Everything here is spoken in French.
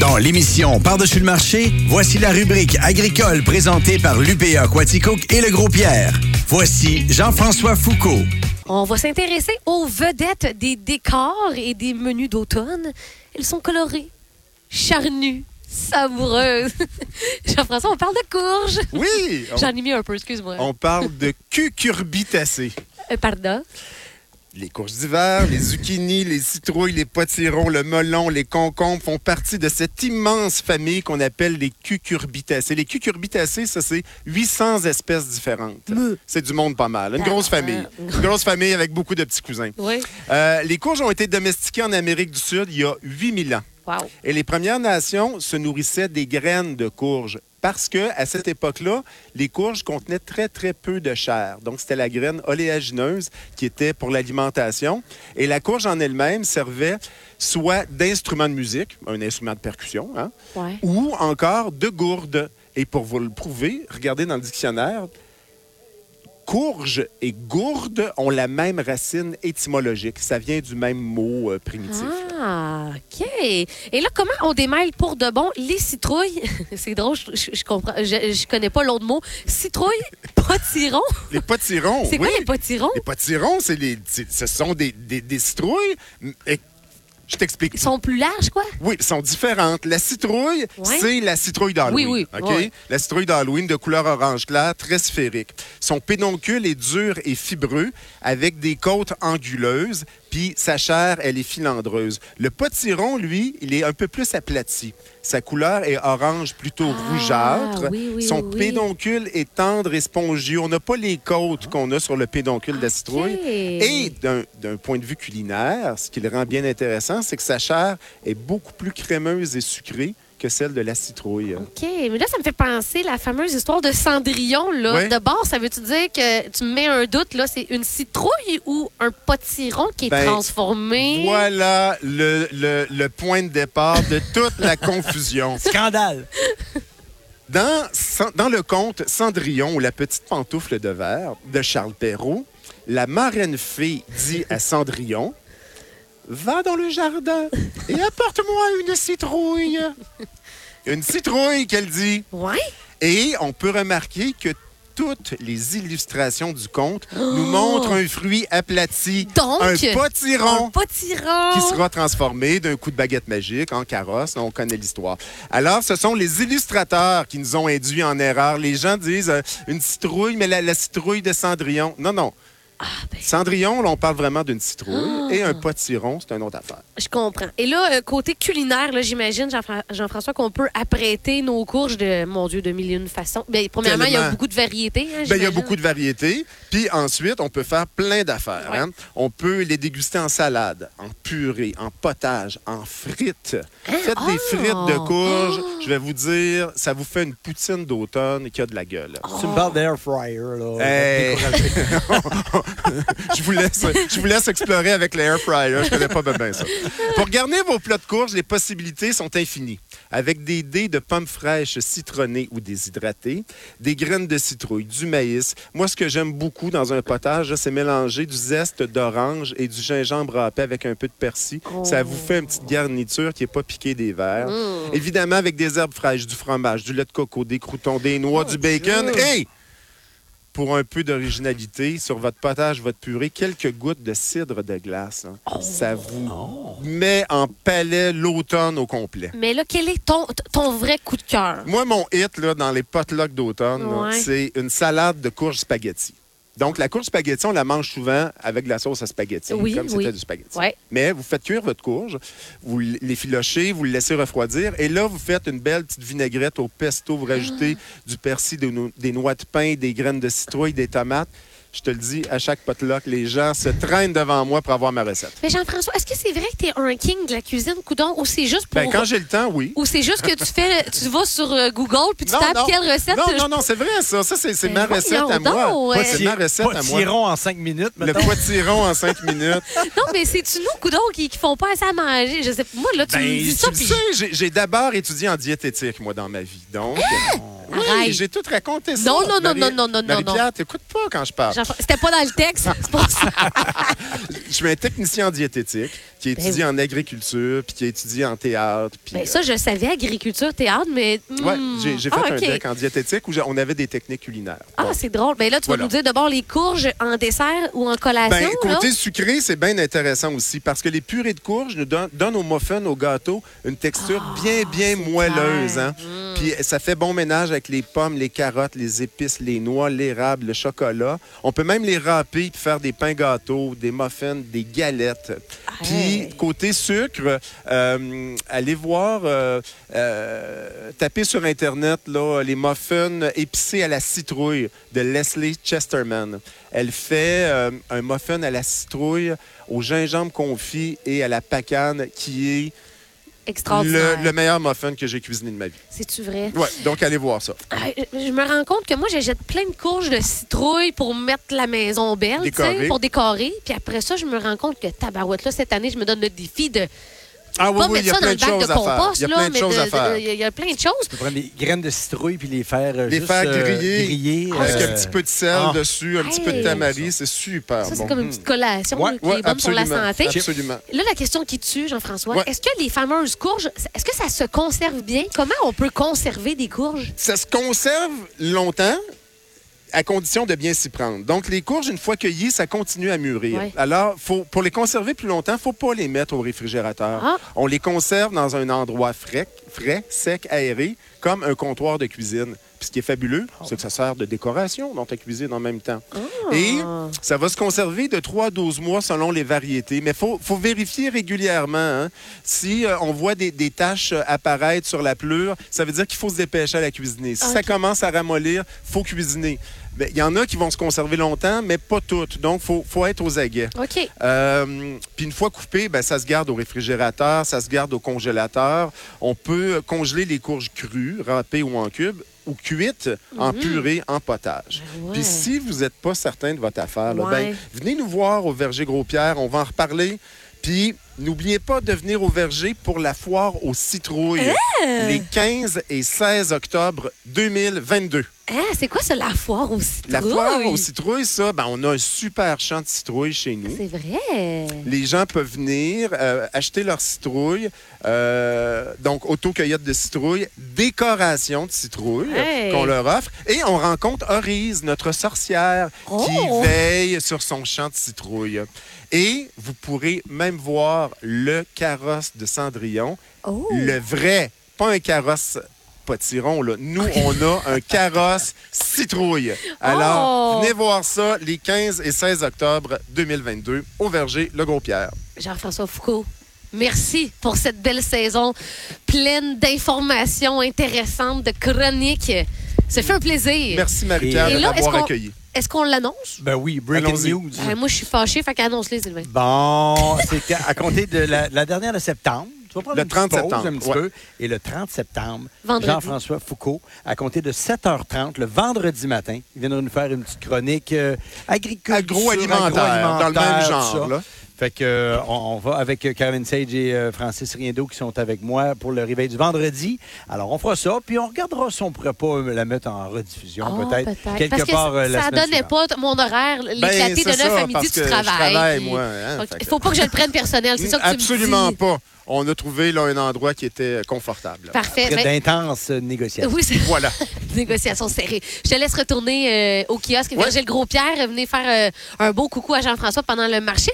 dans l'émission Par-dessus le marché, voici la rubrique agricole présentée par l'UPA Quaticook et le Gros Pierre. Voici Jean-François Foucault. On va s'intéresser aux vedettes des décors et des menus d'automne. Elles sont colorées, charnues, savoureuses. Jean-François, on parle de courge. Oui! J'en ai mis un peu, excuse-moi. On, on parle de cucurbitacées. Euh, pardon. Les courges d'hiver, les zucchinis, les citrouilles, les potirons, le melon, les concombres font partie de cette immense famille qu'on appelle les cucurbitacées. Les cucurbitacées, ça, c'est 800 espèces différentes. C'est du monde pas mal. Une grosse famille. Une grosse famille avec beaucoup de petits cousins. Oui. Euh, les courges ont été domestiquées en Amérique du Sud il y a 8000 ans. Wow. Et les Premières Nations se nourrissaient des graines de courge parce que à cette époque-là, les courges contenaient très très peu de chair. Donc c'était la graine oléagineuse qui était pour l'alimentation et la courge en elle-même servait soit d'instrument de musique, un instrument de percussion, hein, Ouais. ou encore de gourde. Et pour vous le prouver, regardez dans le dictionnaire. Courge et gourde ont la même racine étymologique. Ça vient du même mot euh, primitif. Ah, OK. Et là, comment on démêle pour de bon les citrouilles? C'est drôle, je, je- je comprends. Je, je connais pas l'autre mot. Citrouille, potiron. Les potirons, C'est Oh oui. quoi les potirons? Les potirons, c'est les, c'est- ce sont des, des, des citrouilles. M- et- je t'explique. Ils sont plus larges, quoi? Oui, elles sont différentes. La citrouille, Ouais. c'est la citrouille d'Halloween. Oui, oui, OK? ouais. La citrouille d'Halloween de couleur orange clair, très sphérique. Son pédoncule est dur et fibreux, avec des côtes anguleuses, puis sa chair, elle est filandreuse. Le potiron, lui, il est un peu plus aplati. Sa couleur est orange plutôt Ah, rougeâtre. oui, oui, Son oui. pédoncule est tendre et spongieux. On n'a pas les Ah. côtes qu'on a sur le pédoncule de la citrouille. Et d'un- d'un point de vue culinaire, ce qui le rend bien intéressant, c'est que sa chair est beaucoup plus crémeuse et sucrée que celle de la citrouille. OK, mais là, ça me fait penser la fameuse histoire de Cendrillon. Là. Ouais. De bord, ça veut-tu dire que tu me mets un doute, là, c'est une citrouille ou un potiron qui est Ben, transformé? Voilà le, le- le point de départ de toute la confusion. Scandale. Dans, Cen- dans le conte Cendrillon ou la petite pantoufle de verre de Charles Perrault, la marraine fée dit à Cendrillon Va dans le jardin et apporte-moi une citrouille. Une citrouille qu'elle dit. Ouais? Et on peut remarquer que toutes les illustrations du conte nous montrent un fruit aplati, Oh! Donc, un Un potiron potiron! qui sera transformé d'un coup de baguette magique en carrosse. On connaît l'histoire. Alors, ce sont les illustrateurs qui nous ont induits en erreur. Les gens disent euh, une citrouille, mais la, la citrouille de Cendrillon. Non, non. ben. Ah. Cendrillon, là, on parle vraiment d'une citrouille. Et un potiron, c'est un autre affaire. Je comprends. Et là, euh, côté culinaire, là, j'imagine, Jean-Fra- Jean-François, qu'on peut apprêter nos courges de, mon Dieu, de mille et une façons. Ben, premièrement, il y a Tellement. beaucoup de variétés. hein, Ben, il y a j'imagine. beaucoup de variétés. Puis ensuite, on peut faire plein d'affaires. Ouais. hein. On peut les déguster en salade, en purée, en potage, en frites. Faites des frites de courge. Je vais vous dire, ça vous fait une poutine d'automne qui a de la gueule. Eh, Tu me parles d'air fryer, là. Hey. je, vous laisse, je vous laisse explorer avec l'air fryer. Je connais pas bien, bien ça. Pour garnir vos plats de courge, les possibilités sont infinies. Avec des dés de pommes fraîches citronnées ou déshydratées, des graines de citrouille, du maïs. Moi, ce que j'aime beaucoup dans un potage, là, c'est mélanger du zeste d'orange et du gingembre râpé avec un peu de persil. Ça vous fait une petite garniture qui n'est pas piquée des verres. Évidemment, avec des herbes fraîches, du fromage, du lait de coco, des croutons, des noix, du bacon. Hey! pour un peu d'originalité, sur votre potage, votre purée, quelques gouttes de cidre de glace. hein. Oh. Ça vous met en palais l'automne au complet. Mais là, quel est ton, ton vrai coup de cœur? Moi, mon hit là, dans les potlucks d'automne, là, Ouais. c'est une salade de courge spaghetti. Donc, la courge spaghetti, on la mange souvent avec de la sauce à spaghetti, Oui, comme oui. c'était du spaghetti. Ouais. Mais vous faites cuire votre courge, vous l- l'effilochez, vous le laissez refroidir, et là, vous faites une belle petite vinaigrette au pesto. Vous rajoutez Ah. du persil, des, no- des noix de pain, des graines de citrouille, des tomates. Je te le dis, à chaque potluck, les gens se traînent devant moi pour avoir ma recette. Mais Jean-François, est-ce que c'est vrai que t'es un king de la cuisine, coudon, ou c'est juste pour. Ben, quand j'ai le temps, oui. Ou c'est juste que tu fais, tu vas sur euh, Google puis tu tapes quelle recette. Non, je- non, non, c'est vrai, ça. Ça, c'est c'est Ben, ma recette à voyons donc, moi. Pas- ouais. C'est ma recette à moi. Potiron en 5 minutes, Le mettons. potiron en cinq minutes. Non, mais c'est-tu nous, coudon, qui, qui font pas assez à manger? Je sais pas. Moi, là, tu Ben, me dis tu ça le puis sais, j'ai- j'ai d'abord étudié en diététique, moi, dans ma vie. Donc, Hein? euh, Arrête. Oui, j'ai tout raconté ça. Non, non, non, Marie- non, non, non, non, Marie-Pierre, t'écoutes pas quand je parle. J'en- C'était pas dans le texte, c'est pour ça. Je suis un technicien en diététique qui Ben étudie en agriculture, puis qui étudie en théâtre. Puis, Ben, ça, je savais, agriculture, théâtre, mais. euh, hmm. ouais, j'ai j'ai fait Ah, un ok. deck en diététique où j'a- on avait des techniques culinaires. Ah, Bon. c'est drôle. Mais là, tu vas Voilà. nous dire d'abord les courges en dessert ou en Ben, collation. côté là. sucré, c'est bien intéressant aussi parce que les purées de courge nous donnent, donnent aux muffins, aux gâteaux, une texture bien, bien Ah, c'est moelleuse. clair. hein. Puis ça fait bon ménage avec les pommes, les carottes, les épices, les noix, l'érable, le chocolat. On peut même les râper puis faire des pains gâteaux, des muffins, des galettes. Ah, Hey. Puis côté sucre, euh, allez voir, euh, euh, tapez sur Internet là, les muffins épicés à la citrouille de Leslie Chesterman. Elle fait euh, un muffin à la citrouille, au gingembre confit et à la pacane qui est le, Extraordinaire. le meilleur muffin que j'ai cuisiné de ma vie. C'est-tu vrai? Ouais, donc allez voir ça. Ah, je me rends compte que moi, j'achète plein de courges de citrouille pour mettre la maison belle, tu sais, Décorer. pour décorer. Puis après ça, je me rends compte que tabarouette, là, cette année, je me donne le défi de Ah pas mettre ça dans le bac de compost, Il y a là, plein de mais choses de- à de- Euh, faire. il y a- il y a plein de choses. Tu prends des graines de citrouille puis les faire euh, Les juste, faire euh, griller, griller, Avec euh, un petit peu de sel ah. dessus, un petit peu de Hey. tamari, c'est super Ça, c'est bon. comme une petite collation Ouais, qui Ouais, est bonne pour la absolument, santé. Absolument. Là, la question qui tue, Jean-François, Ouais. est-ce que les fameuses courges, est-ce que ça se conserve bien? Comment on peut conserver des courges? Ça se conserve longtemps à condition de bien s'y prendre. Donc, les courges, une fois cueillies, ça continue à mûrir. Ouais. Alors, faut, pour les conserver plus longtemps, il ne faut pas les mettre au réfrigérateur. Ah. On les conserve dans un endroit frais, frais, sec, aéré, comme un comptoir de cuisine. Puis ce qui est fabuleux, Oh. c'est que ça sert de décoration dans ta cuisine en même temps. Ah. Et ça va se conserver de 3 à 12 mois selon les variétés. Mais il faut, faut vérifier régulièrement. hein. Si euh, on voit des, des taches euh, apparaître sur la pleure, ça veut dire qu'il faut se dépêcher à la cuisiner. Si ça Ok. commence à ramollir, faut cuisiner. Ben, Il y en a qui vont se conserver longtemps, mais pas toutes. Donc, il faut, faut être aux aguets. OK. Euh, Puis une fois coupé, ben, ça se garde au réfrigérateur, ça se garde au congélateur. On peut euh, congeler les courges crues, râpées ou en cubes, ou cuites en purée, en potage. Mm. Ben ouais. Puis si vous n'êtes pas certain de votre affaire, là, Ouais. ben, venez nous voir au Verger Gros-Pierre, on va en reparler. Puis n'oubliez pas de venir au Verger pour la foire aux citrouilles Hein? les 15 et 16 octobre 2022. Hein, c'est quoi ça, la foire aux citrouilles? La foire aux citrouilles, ça, ben, on a un super champ de citrouilles chez nous. C'est vrai. Les gens peuvent venir euh, acheter leur citrouille, euh, donc auto-cueillette de citrouille, décoration de citrouille Hey! qu'on leur offre. Et on rencontre Orise, notre sorcière, Oh! qui veille sur son champ de citrouille. Et vous pourrez même voir le carrosse de Cendrillon, Oh. le vrai, pas un carrosse potiron, là. Nous, on a un carrosse citrouille. Alors, Oh! venez voir ça les 15 et 16 octobre 2022 au Verger Le Gros Pierre. Jean-François Foucault, merci pour cette belle saison pleine d'informations intéressantes, de chroniques. Ça fait un plaisir. Merci Marie-Pierre Et de là, est-ce m'avoir qu'on- accueilli. Est-ce qu'on l'annonce? Ben oui, breaking Allons-y. news. Ben, moi, je suis fâchée, fait qu'annonce-les, Sylvain. Bon, c'était à compter de la, la dernière de septembre. Tu vas prendre Le une 30 petite pause septembre, un petit ouais. peu. Et le 30 septembre, Vendredi. Jean-François Foucault, à compter de 7h30, le vendredi matin, il viendra nous faire une petite chronique euh, agriculture, Agroalimentaire, agroalimentaire, dans le même tout genre, ça. là. Fait que, euh, on, on va avec Caroline Sage et euh, Francis Riendo qui sont avec moi pour le réveil du vendredi. Alors, on fera ça, puis on regardera si on ne pourrait pas euh, la mettre en rediffusion, Ah, peut-être, quelque Parce que part euh, ça- la ça semaine donnait suivante. pas t- mon horaire, l'éclaté Ben, c'est de 9 ça, à midi, parce tu que je travailles. travaille, puis- moi, hein, Ok, fait Il que- faut pas que je le prenne personnel, c'est ça que tu me dis. Absolument pas. On a trouvé là, un endroit qui était confortable. Parfait. Parce que Ben, D'intenses euh, négociations. oui, c'est Voilà. négociation serrée. Je te laisse retourner euh, au kiosque. Ouais. Virgile Gros-Pierre, venez faire euh, un beau coucou à Jean-François pendant le marché.